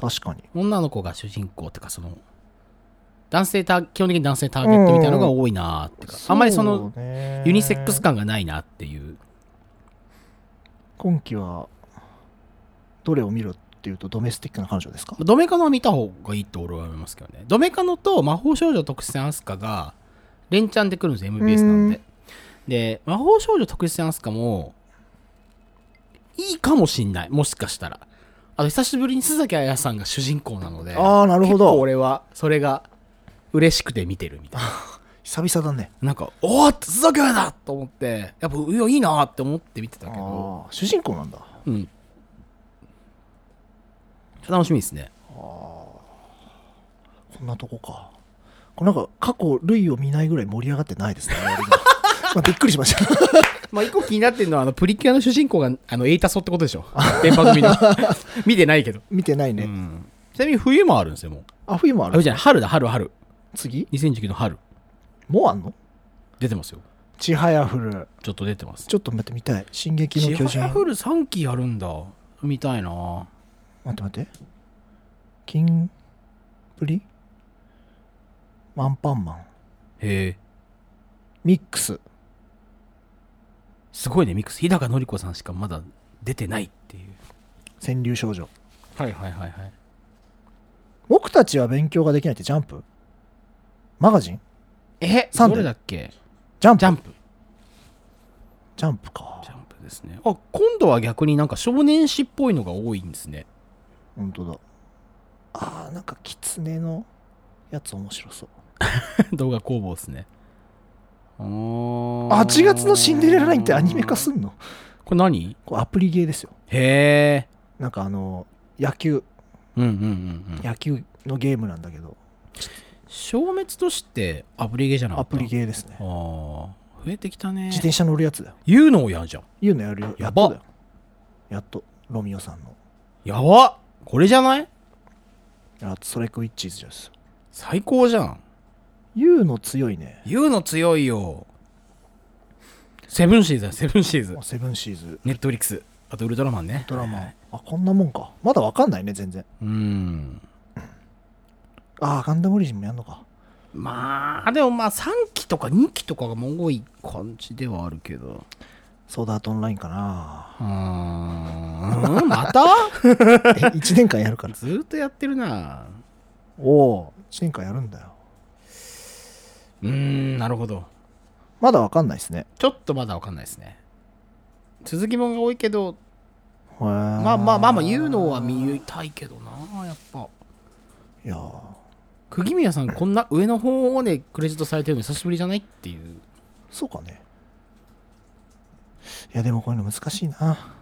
S1: 確かに
S2: 女の子が主人公ってか、その、男性ター、基本的に男性ターゲットみたいなのが多いなーってか、あんまりその、
S1: うね
S2: ユニセックス感がないなっていう。
S1: 今期はどれを見ろっていうとドメスティックな彼女ですか
S2: ドメカノは見た方がいいと俺は思いますけどね。ドメカノと魔法少女特殊戦アスカが、連チャンで来るんですよ、MBS なんで。で、魔法少女特殊戦アスカも、いいかもしんない、もしかしたら。あと、久しぶりに須崎彩さんが主人公なので、
S1: ああなるほ
S2: 結構
S1: ど
S2: 俺は、それが、嬉しくて見てるみたいな。
S1: 久々だね
S2: なんか、おーって須崎彩だと思って、やっぱ、うわいいなーって思って見てた
S1: あ
S2: けど、
S1: ー主人公なんだ
S2: うん。楽しみですね。
S1: こんなとこかこれなんか過去類を見ないぐらい盛り上がってないですね割まあ、びっくりしました。
S2: まあ、一個気になってるのは、あの、プリキュアの主人公が、あの、エイタソってことでしょ。電波組の。見てないけど。
S1: 見てないね。
S2: うんちなみに冬もあるんですよ、もう。
S1: あ、冬もあ
S2: あ、
S1: る。
S2: じゃない、春だ、春、春。
S1: 次
S2: 2019の春。
S1: もうあんの
S2: 出てますよ。
S1: ちはやふる。
S2: ちょっと出てます。
S1: ちょっと待って、見たい。進撃
S2: シ
S1: の巨
S2: フ
S1: 人
S2: ラ。フル3期やるんだ。見たいな
S1: 待って待って。キンプリアンパンマン。
S2: へえ。
S1: ミックス。
S2: すごいね、ミックス。日高のり子さんしかまだ出てないっていう。
S1: 川柳少女。
S2: はいはいはいはい。
S1: 僕たちは勉強ができないってジャンプマガジン
S2: え、
S1: サンデー
S2: どれだっけ
S1: ジャンプ
S2: ジャンプ。
S1: ジャンプか
S2: ジ。ャンプですね。あ、今度は逆になんか少年誌っぽいのが多いんですね。
S1: 本当だ。あー、なんか狐のやつ面白そ う。
S2: 動画工房ですね。あ
S1: あ、
S2: 8
S1: 8月のシンデレララインってアニメ化すんの
S2: これ何
S1: これアプリゲーですよ。
S2: へえ。
S1: なんかあの、野球、
S2: うんうんうんうん。
S1: 野球のゲームなんだけど、
S2: 消滅としてアプリゲーじゃなか
S1: ア
S2: った
S1: プリゲーですね
S2: あ。ー増えてきたね
S1: 自。転車乗るやつだよ。
S2: 言うのをやんじゃん。
S1: 言うのやるよ。や
S2: や
S1: っ
S2: ば
S1: とだよ。やっと、ロミオさんの。
S2: やばっこれじゃない
S1: あと、ソレクイッチーズです。
S2: 最高じゃん。
S1: 言うの強いね。
S2: 言うの強いよ。セブンシーズだ、セブンシーズ
S1: あ。セブンシーズ、
S2: ネットフリックス。あとウルトラマンね。
S1: ドラマン。あ、こんなもんか。まだわかんないね、全然。
S2: うん。
S1: ああ、ガンダムオリジンもやんのか。
S2: まあ、でもまあ3期とか2期とかがもう多い感じではあるけど。
S1: ソーダアートオンラインかな。
S2: うーん、また
S1: え、1年間やるか ら。
S2: ずーっとやってるな。
S1: おお、1年間やるんだよ。
S2: うーん、なるほど。
S1: まだわかんないですね。
S2: ちょっとまだわかんないですね。続きもんが多いけど、
S1: ま
S2: まあまあまあまあ、言うのは見たいけどな、やっぱ。
S1: いやー
S2: 釘宮さん、こんな上の方をね、クレジットされてるの久しぶりじゃないっていう。
S1: そうかね。いや、でもこういうの難しいな。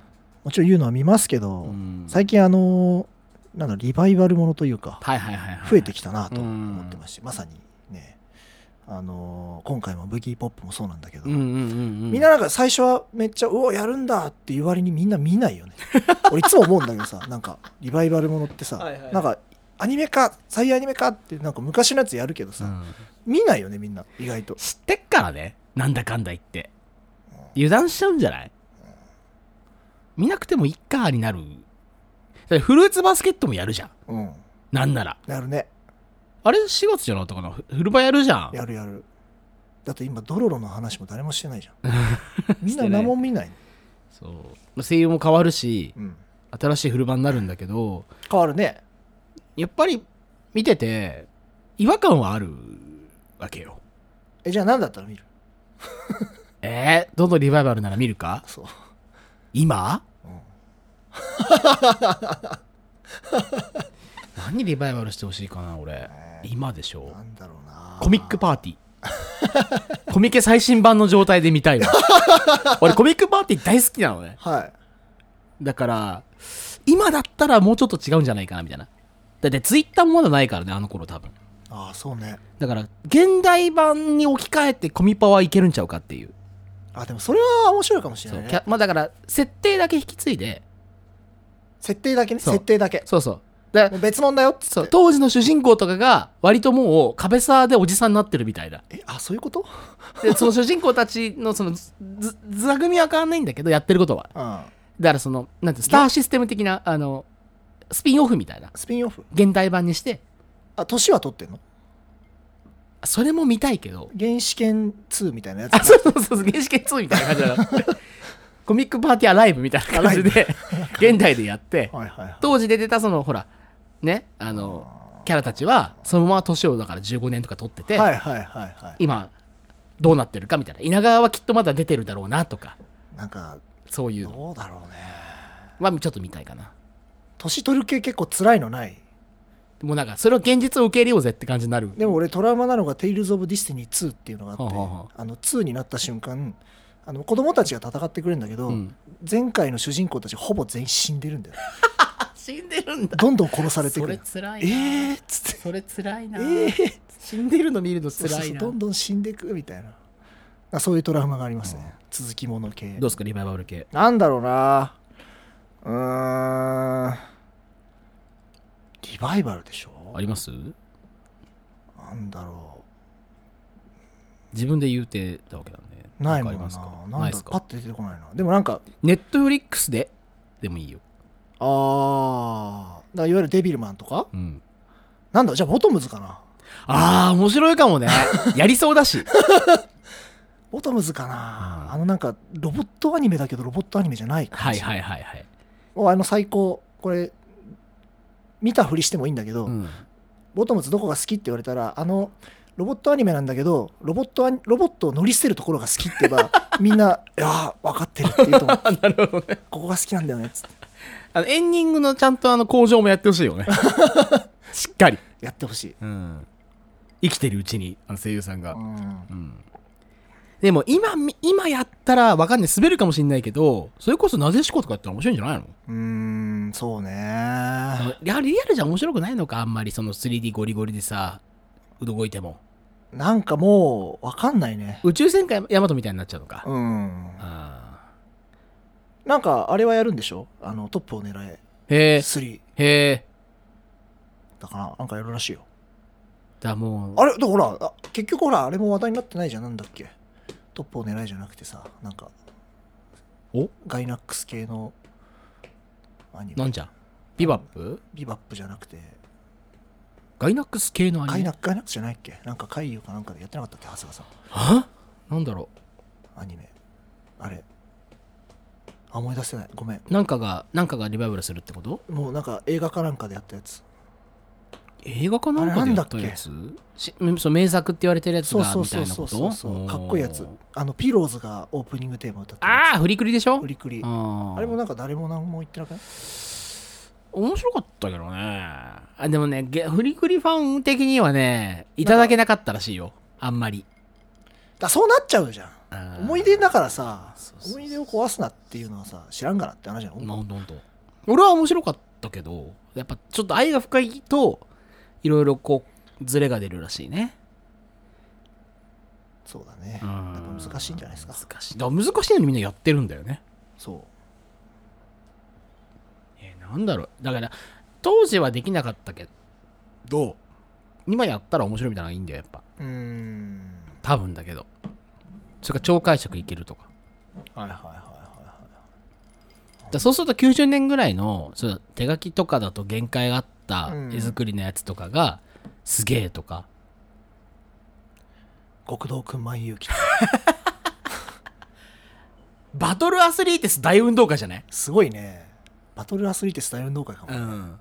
S1: もちろん言うのは見ますけど、
S2: うん
S1: 最近あのーなんだリバイバルものというか、
S2: はいはいはい、はい。
S1: 増えてきたなと思ってまして、まさにね、あのー今回もブギーポップもそうなんだけど、
S2: うんうんうんうん。
S1: みんななんか最初はめっちゃ、うお、やるんだっていう割にみんな 見ないよね。俺いつも思うんだけどさ、なんかリバイバルものってさ、
S2: はいはいはい
S1: なんかアニメか、再アニメかって、なんか昔のやつやるけど
S2: う
S1: さ、
S2: ん
S1: 見ないよね、みんな、意外と。
S2: 知ってっからね。なんだかんだ言って。油断しちゃうんじゃない見なくてもいっかーになる。だってフルーツバスケットもやるじゃん。
S1: うん。
S2: なんなら。
S1: やるね。
S2: あれ4月じゃなかったかなフフルバやるじゃん。
S1: やるやる。だって今、ドロロの話も誰も してないじゃん。みんな何も見ない。
S2: そうまあ声優も変わるし、
S1: うん、
S2: 新しいフルバになるんだけど、
S1: 変わるね。
S2: やっぱり見てて、違和感はあるわけよ。
S1: え、じゃあ何だったら見る
S2: えー、どのリバイバルなら見るか
S1: そう。
S2: 今
S1: うん、
S2: 何リバイバルしてほしいかな俺。
S1: えー
S2: 今でしょ
S1: なんだろうな。
S2: コミックパーティー。コミケ最新版の状態で見 たいわ。俺コミックパーティー大好きなのね。
S1: はい。
S2: だから、今だったらもうちょっと違うんじゃないかなみたいな。だってツイッターもまだないからね、あの頃多分。
S1: ああ、そうね。
S2: だから、現代版に置き換えてコミパはいけるんちゃうかっていう。
S1: あ、でもそれは面白いかもしれ
S2: そ
S1: な
S2: う
S1: い、ね
S2: キャまあだから、設定だけ引き継いで、
S1: 設定だけね。
S2: そう
S1: 設定だけ。
S2: そうそう。だ
S1: もう別物だよっつって
S2: そう当時の主人公とかが割ともう壁沢でおじさんになってるみたいな
S1: え、あ、そういうこと
S2: で その主人公たちのそのずずずら組は変わんないんだけどやってることは
S1: うん。
S2: だからその、なんていうのスターシステム的な、あの、スピンオフみたいな、
S1: スピンオフ。
S2: 現代版にして、
S1: あ、年は取ってんの
S2: それも見たいけど、
S1: 原始圏2みたいなやつ
S2: あ、。そうそうそう、原始決闘みたいな感じだ から、コミックパーティーアライブみたいな感じで、現代でやって、
S1: はいはいはい。
S2: 当時で出たその、ほら、ね、あの、キャラたちは、そのまま年をだから15年とか取ってて、
S1: はいはいはいは
S2: 今、どうなってるかみたいな、稲川はきっとまだ出てるだろうなとか、
S1: い。なんか、
S2: そういうの
S1: どうだろうね。
S2: はちょっと見たいかな。
S1: 年取る系結構辛いのない
S2: もうなんか、それを現実を受け入れようぜって感じになる。
S1: でも俺トラウマなのが「テイルズ・オブ・ディスティニー2」っていうのがあって
S2: はあは
S1: あの2になった瞬間あの子供たちが戦ってくれるんだけど、
S2: うん
S1: 前回の主人公たちほぼ全員死んでるんだよ
S2: 死んでるんだ。
S1: どんどん殺されて
S2: そ
S1: く
S2: れ
S1: る
S2: つらい
S1: え
S2: な。
S1: ーっつって
S2: それ辛いな、
S1: えー
S2: 死んでるの見るの辛いな
S1: そうそうそうどんどん死んでくみたいなあそういうトラウマがありますね。続きもの系。
S2: どうですかリバイバル系
S1: なんだろうなうーん。リバイバルでしょ
S2: あります
S1: なんだろ
S2: 自分で言うてたわけなんで
S1: う。ない
S2: んか
S1: も
S2: あり
S1: んな。
S2: ますか
S1: な
S2: ないで
S1: んだ
S2: す
S1: パッ
S2: か
S1: と出てこないな。でもなんか、
S2: ネットフリックスででもいいよ
S1: あー、だからいわゆるデビルマンとか
S2: うん
S1: なんだ、じゃあボトムズかな。
S2: ああ面白いか もねやりそうだし
S1: ボトムズかな、
S2: うん
S1: あのなんかロボットアニメだけどロボットアニメじゃない
S2: はい
S1: い
S2: はいはいはい、
S1: あの最高これ見たふりしてもいいんだけど、
S2: うん、
S1: ボトムズどこが好きって言われたらあのロボットアニメなんだけどロボットアニロボットを乗り捨てるところが好きっ て言えばみんないやー分かってるって言うと思う
S2: なるほどね
S1: ここが好きなんだよねっつって
S2: あのエンディングのちゃんとあの工場もやってほしいよ ねしっかり、
S1: やってほしい、
S2: うん、生きてるうちにあの声優さんが
S1: う、ん
S2: うん、でも今み今やったらわかんない滑るかもしんないけどそれこそなぜしことかやったら面白いんじゃないの
S1: うーんそうね
S2: あのいやリアルじゃ面白くないのかあんまりその 3D ゴリゴリでさ動いても
S1: なんかもう分かんないね
S2: 宇宙戦艦ヤマトみたいになっちゃうのか、
S1: うん
S2: あ
S1: なんかあれはやるんでしょあのトップを狙え
S2: ーへえ
S1: 3
S2: へえ
S1: だからなんかやるらしいよ
S2: だもう
S1: あれだからほらあ結局ほらあれも話題になってないじゃんなんだっけトップを狙いじゃなくてさなんか
S2: お
S1: ガイナックス系のアニ
S2: な
S1: メ
S2: んじゃビバップ
S1: ビバップじゃなくて
S2: ガイナックス系のア
S1: ガ
S2: ニ
S1: イ
S2: メ
S1: ナガイナックスじゃないっけなんか海遊かなんかでやってなかったっけ長谷川さ
S2: はなんだろ
S1: んアニメあれあ思い出せないごめん
S2: うなんかがなんかがリバイバルするってこと
S1: もうなんか映画かなんかでやったやつ
S2: 映画かなんかでやったやつしそう名作って言われてるやつ
S1: そう
S2: が
S1: そう
S2: みた
S1: そう
S2: いな
S1: そ
S2: こ
S1: うそ
S2: と
S1: うそうかっこいいやつあのピローズがオープニングテーマ歌って
S2: ああフリクリでしょ
S1: 売りくり
S2: あ
S1: あれもなんか誰も何も言ってなくない
S2: 面白かったけどねあでもねげフリクリファン的にはねいただけなかったらしいよあんまり
S1: だそうなっちゃうじゃん思い出だからさ
S2: そうそうそう
S1: 思い出を壊すなっていうのはさ知らんからって話じゃん、
S2: まあ、ほんとほんと俺は面白かったけどやっぱちょっと愛が深いといろいろこうズレが出るらしいね
S1: そうだね
S2: う
S1: やっ
S2: ん
S1: ぱ難しいんじゃないですか
S2: 難しいだから難しいのにみんなやってるんだよね
S1: そ
S2: えーなんだろうだから当時はできなかったけど今やったら面白いみたいなのがいいんだよやっぱ
S1: ううーん
S2: 多分だけどそれから超解釈いけるとか
S1: はいはいはいは
S2: だそうすると90年ぐらいのそう手書きとかだと限界があった
S1: うん
S2: 絵作りのやつとかが、すげえとか
S1: い極道くん万有機
S2: バトルアスリーティス大運動会じゃない
S1: すごいねバトルアスリーティス大運動会かも、
S2: うん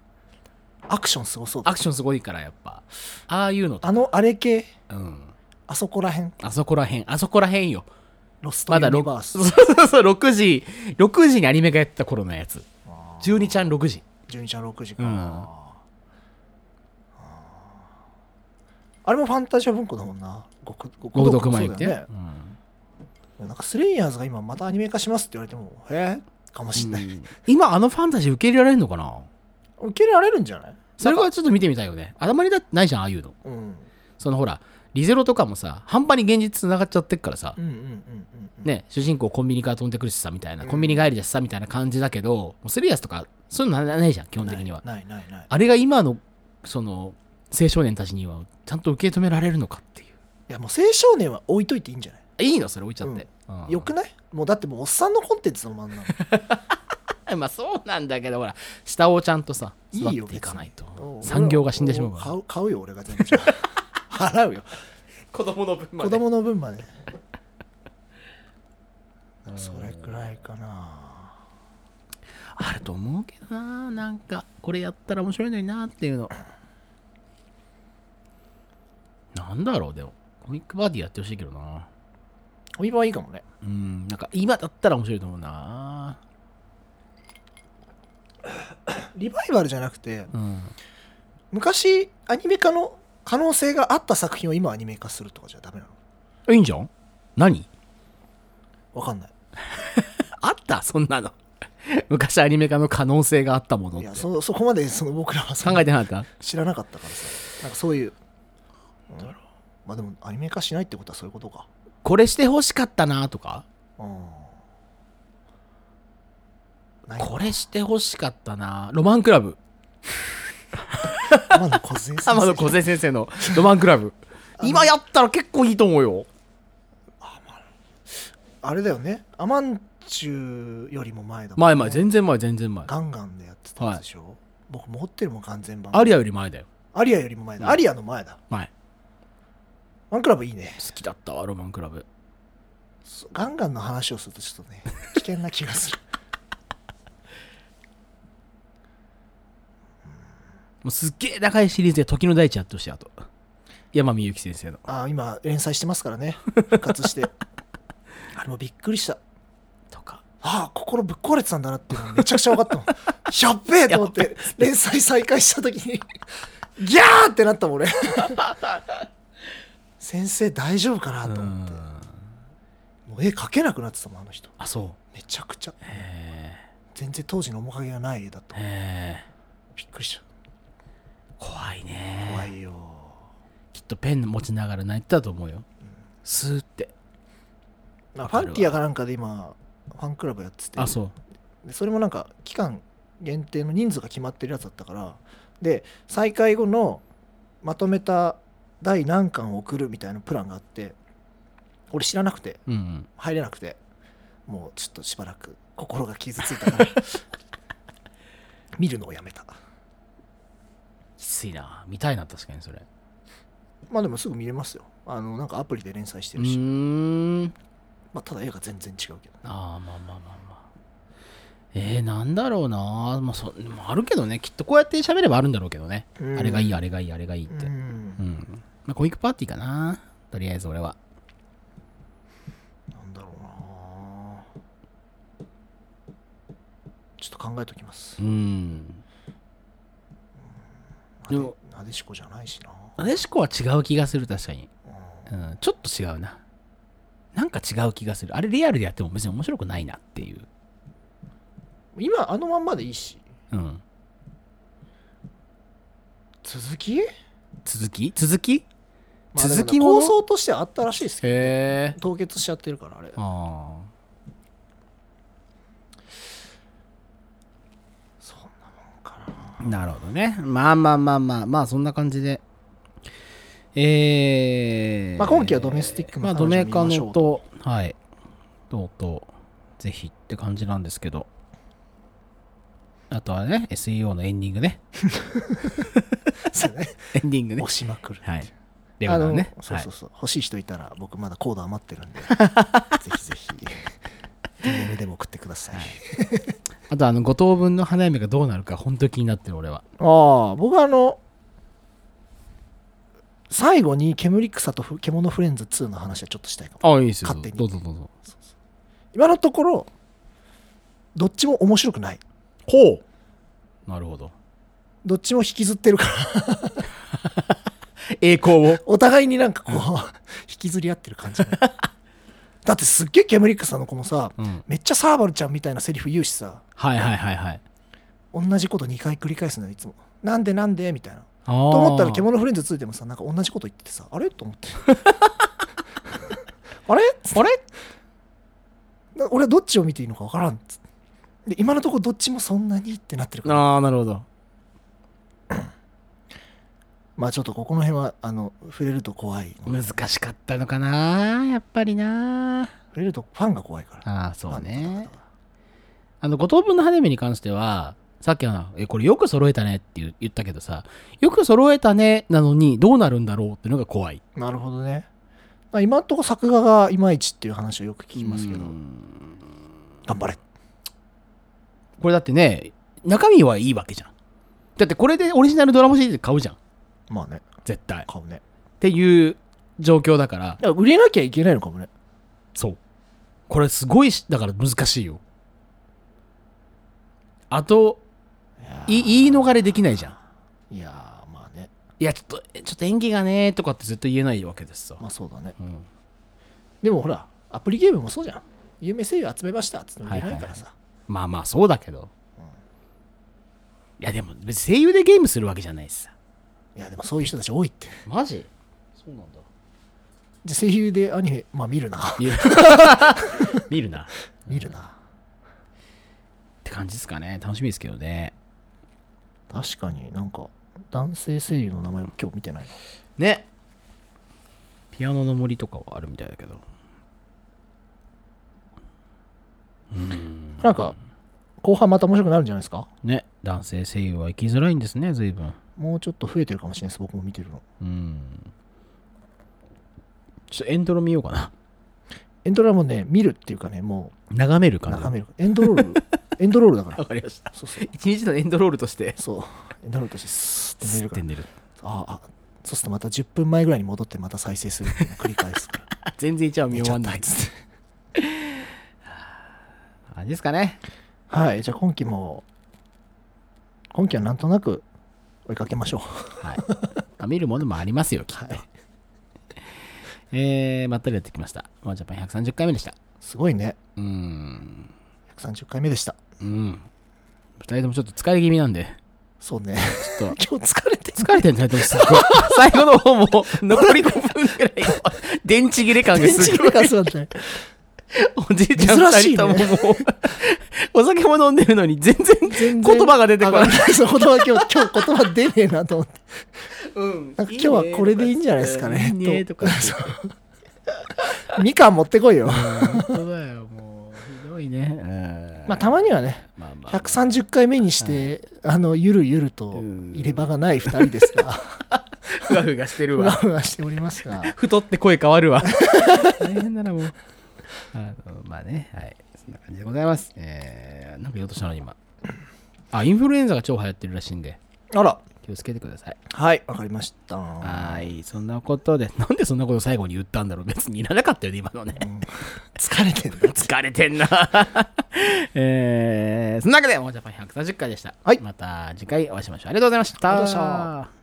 S1: アクションすごそうだ
S2: アクションすごいからやっぱああいうのと
S1: あのあれ系
S2: うん
S1: あそこらへん
S2: あそこらへんあそこらへんよ
S1: ロスト
S2: ま
S1: ユ
S2: だ
S1: ニ
S2: ろ
S1: バース、
S2: そうそうそう6時6時にアニメがやってた頃のやつ
S1: あー
S2: 12ちゃん6時
S1: 12ちゃん6時か、
S2: うん
S1: あーあれもファンタジア文庫だもんな極
S2: 極
S1: 道
S2: 道
S1: くん
S2: 熊
S1: もそ
S2: 井
S1: う
S2: っ
S1: だ
S2: て、
S1: よねなんかスレイヤーズが今またアニメ化しますって言われても、えーかもしんない。
S2: うん今あのファンタジー受け入れられるのかな
S1: 受け入れられるんじゃない
S2: それはちょっと見てみたいよねあんまりだってないじゃんああいうの
S1: うん。うん
S2: そのほらリゼロとかもさ半端に現実つながっちゃってっからさ
S1: うんうんうんうん。。
S2: ね主人公コンビニから飛んでくるしさみたいな
S1: うん
S2: コンビニ帰りだしさみたいな感じだけどもうスリアスとかそういうのなないじゃん基
S1: 基
S2: 本的には
S1: ないないない。
S2: あれが今のその青少年たちにはちゃんと受け止められるのかっていう
S1: いやもう青少年は置いといていいんじゃない
S2: いいのそれ置いちゃって、うん
S1: よくないもうだってもうおっさんのコンテンツのまんなの。
S2: まあそうなんだけどほら下をちゃんとさ
S1: い
S2: 育っ
S1: いよ
S2: ていかないと
S1: おう
S2: 産業が死んでしまう
S1: お
S2: から
S1: 買う。買うよ俺が 全部じゃあ。払うよ。
S2: 子供の分ま
S1: 子供の分まで。 それくらいかな。
S2: あると思うけどななんかこれやったら面白いのになっていうのなんだろうでもコミックバディやってほしいけどな
S1: お今はいいかもね。
S2: うんなんか今だったら面白いと思うな
S1: リバイバルじゃなくて、
S2: うん
S1: 昔アニメ化の可能性があった作品を今アニメ化するとかじゃダメなの
S2: いいんじゃん何
S1: わかんない。
S2: あったそんなの 昔アニメ化の可能性があったものっ
S1: い
S2: て
S1: やそそこまでその僕らはその
S2: 考えてなかった
S1: 知らなかったからさなんかそういう、うんまあでもアニメ化しないってことはそういうことか
S2: これしてほしかったなとか
S1: うんない
S2: これしてほしかったなロマンクラ ブ
S1: 天野小杉
S2: 天野小
S1: 杉
S2: 杉先生のロマンクラブ今やったら結構いいと思うよ
S1: あれだよねアマンチュよりも前だもん、
S2: 前前全然前全然前
S1: ガンガンでやってたやつでしょ、僕持ってるもん完全版
S2: アリアより前だよ
S1: アリアよりも前だ、
S2: うん
S1: アリアの前だ
S2: 前
S1: ワンクラブいいね
S2: 好きだったわロマンクラブ
S1: そうガンガンの話をするとちょっとね危険な気 がする
S2: もうすっげえ高いシリーズで時の大地やってほしいあと山美幸先生の
S1: ああ今連載してますか らね復活してあれもびっくりした
S2: とか
S1: ああ心ぶっ壊れてたんだなっていうのがめちゃくちゃ分かったもんやっべえと思って連載再開した時にギャーってなった もん俺先生大丈夫かな
S2: う
S1: と思って
S2: ん
S1: もう絵描けなくなってたもんあの人
S2: あそう
S1: めちゃくちゃ
S2: へ
S1: 全然当時の面影がない絵だった
S2: えへえ
S1: びっくりし
S2: 怖い
S1: た
S2: ね
S1: 怖いよ
S2: きっとペン持ちながら泣いてたと思うよスーって
S1: なん
S2: わ
S1: か
S2: かる
S1: ファ
S2: わ
S1: ンティアかなんかで今ファンクラブやってて
S2: あそう
S1: でそれもなんか期間限定の人数が決まってるやつだったからで再開後のまとめた第何巻を送るみたいなプランがあって俺知らなくて
S2: うんうん
S1: 入れなくてもうちょっとしばらく心が傷ついたから見るのをやめた
S2: きついな見たいな確かにそれ
S1: まあでもすぐ見れますよあのなんかアプリで連載して
S2: う
S1: るし、
S2: ーん
S1: まあ、ただ映画全然違うけど
S2: ああまあまあまあまあえー、なんだろうなまあそまああるけどねきっとこうやって喋ればあるんだろうけどね、
S1: うん
S2: あれがいいあれがいいあれがいいって
S1: う
S2: うん、
S1: ん
S2: まあ、コミックパーティーかなとりあえず俺は
S1: なんだろうなちょっと考えときます
S2: うんでも
S1: なでしこじゃないしな
S2: なでしこは違う気がする確かに、
S1: うん
S2: うん、ちょっと違うななんか違う気がするあれリアルでやっても別に面白くないなっていう
S1: 今あのまんまでいいし
S2: うん
S1: 続き、
S2: 続き続き
S1: まあ
S2: 続き
S1: でも
S2: も
S1: ね構想としてはあったらしいですけ
S2: へえ
S1: ど凍結しちゃってるからあれ
S2: あ
S1: そんなもんか
S2: あ
S1: な
S2: なるほどねまあまあまあまあまあそんな感じでえー、
S1: まあ今期はドメスティック
S2: ま
S1: な
S2: あ
S1: 彼
S2: ド
S1: 女
S2: メ
S1: を見
S2: カ
S1: ましょ
S2: の
S1: うと
S2: とはいとうとうぜひって感じなんですけどあとはね SEO のエンディングね
S1: そうね
S2: エンディングね
S1: 押しまくる
S2: はいレバー
S1: の
S2: ね
S1: そうそうそう、欲しい人いたら僕まだコード余ってるん でぜひぜひ DM でも送ってください、
S2: はいあとあの5等分の花嫁がどうなるか本当に気になってる俺は
S1: ああ僕はあの最後に「煙草とふ獣フレンズ2」の話はちょっとしたいかも
S2: ああいいですよ
S1: 勝手に
S2: どうぞどうぞ
S1: 今のところどっちも面白くない
S2: ほうなるほど
S1: どっちも引きずってるから
S2: 栄光を
S1: お互いになんかこう引きずり合ってる 感じだってすっげえ煙草の子もさ
S2: うん
S1: めっちゃサーバルちゃんみたいなセリフ言うしさ
S2: はいはいはいはい
S1: 同じこと2回繰り返すのよいつもなんでなんでみたいな
S2: と
S1: と思ったら「
S2: 持
S1: 獣フレンズ2」でもさなんか同じこと言っててさあれと思って あれ
S2: ちあれ
S1: な俺はどっちを見ていいのか分からんっつってで今のところどっちもそんなにってなってるから
S2: ああなるほど
S1: まあちょっとここの辺はあの触れると怖いの
S2: 難しかったのかなやっぱりな
S1: 触れるとファンが怖いから
S2: ああそう
S1: ファンの
S2: ね
S1: 方々は
S2: あの五等分の花嫁に関してはさっきはえこれよく揃えたねって言言ったけどさよく揃えたねなのにどうなるんだろうっていうのが怖い
S1: なるほどねまあ今のところ作画がいまいちっていう話をよく聞きますけど
S2: うん
S1: 頑張れ
S2: これだってね中身はいいわけじゃんだってこれでオリジナルドラマシリーズ買うじゃん
S1: まあね
S2: 絶対っ
S1: 買うね
S2: ていう状況だから
S1: だから売れなきゃいけないのかもね
S2: そう。これすごいし、だから難しいよ。あと、い言い逃れできないじゃん。
S1: いやーまあね
S2: いや、ちょっと、えちょっと演技がねとかって絶対言えないわけですさ。
S1: まあそうだね
S2: うん、
S1: でもほらアプリゲームもそうじゃん有名声優集めましたっつっても言えないからさ、
S2: まあまあ、そうだけど。いや、でも、別に声優でゲームするわけじゃないしさ。
S1: いやでもそういう人たち多いって
S2: マジそうなんだ。
S1: じゃあ声優でアニメまあ見るな
S2: 見る見るな。
S1: 見るな
S2: って感じですかね。楽しみですけどね。
S1: 確かになんか男性声優の名前を今日見てないな
S2: ね。ピアノの森とかはあるみたいだけど。うん。
S1: なんか後半また面白くなるんじゃないですか
S2: ね。男性声優は生きづらいんですね、随分。
S1: もうちょっと増えてるかもしれないです僕も見てるの
S2: うん。ちょっとエンドロ見ようかな。
S1: エンドロールはもうね見るっていうかねも
S2: 眺める
S1: う
S2: 感じ。
S1: 眺めるエンドロール エンドロールだから
S2: わかりました。
S1: そうそう
S2: 一日のエンドロールとして、
S1: そうエンドロールとしてスーッて見
S2: 吸
S1: る
S2: っ
S1: から
S2: て寝る。
S1: あああそうするとまた10分前ぐらいに戻ってまた再生するっていうのを繰り返す
S2: 全然一応見
S1: 見
S2: 終
S1: ちゃ
S2: わ
S1: っ
S2: ん
S1: た
S2: な
S1: あい
S2: い。
S1: つって
S2: あれですかね。
S1: はいじゃあ今期も今期はなんとなく追いかけましょう
S2: はい。まあ見るものもありますよ、きっと。
S1: はい
S2: えー、まったりやってきました。ワンジャパン130回目でした。
S1: すごいね
S2: うーん。
S1: 130回目でした
S2: うん。二人ともちょっと疲れ気味なんで、
S1: そうね
S2: ちょっと。
S1: 今日疲れてる
S2: 疲れてるんだよ、でも すごい最後の方も、残り5分ぐらい、電池切れ感が
S1: 電池
S2: す
S1: 切
S2: ごい
S1: れ。がするなんて
S2: おじいちゃん二人ともも
S1: 珍
S2: う、お酒も飲んでるのに全然
S1: 全然
S2: 言葉が出てこない。
S1: そう言葉今日今日言葉出ねえなと思って
S2: うん
S1: なんか今日はこれでいいんじゃないですかね
S2: いいね とか言って。
S1: みかん持ってこいよ
S2: 本当だよ、もう。ひどいね。うん
S1: まあたまにはね
S2: まあまあ
S1: 130回目にして、あのゆるゆると
S2: うん
S1: 入れ歯がない2人ですが
S2: ふわふわしてる
S1: ふわ
S2: わ。
S1: ふわしておりますが
S2: 太って声変わるわ。 大変だな、もう。あのまあね、はい。そんな感じでございます。えー、なんか言おうとしたの、今。あ、インフルエンザが超流行ってるらしいんで、
S1: あら
S2: 気をつけてください。
S1: はいわかりました
S2: はーい。そんなことで、なんでそんなこと最後に言ったんだろう。別にいらなかったよね、今のね。
S1: 疲れてんだ
S2: 疲れてんな。えー、そんなわけで、もうジャパン130回でした。
S1: はい
S2: また次回お会いしましょう。ありがとうございました。
S1: ありがとうございました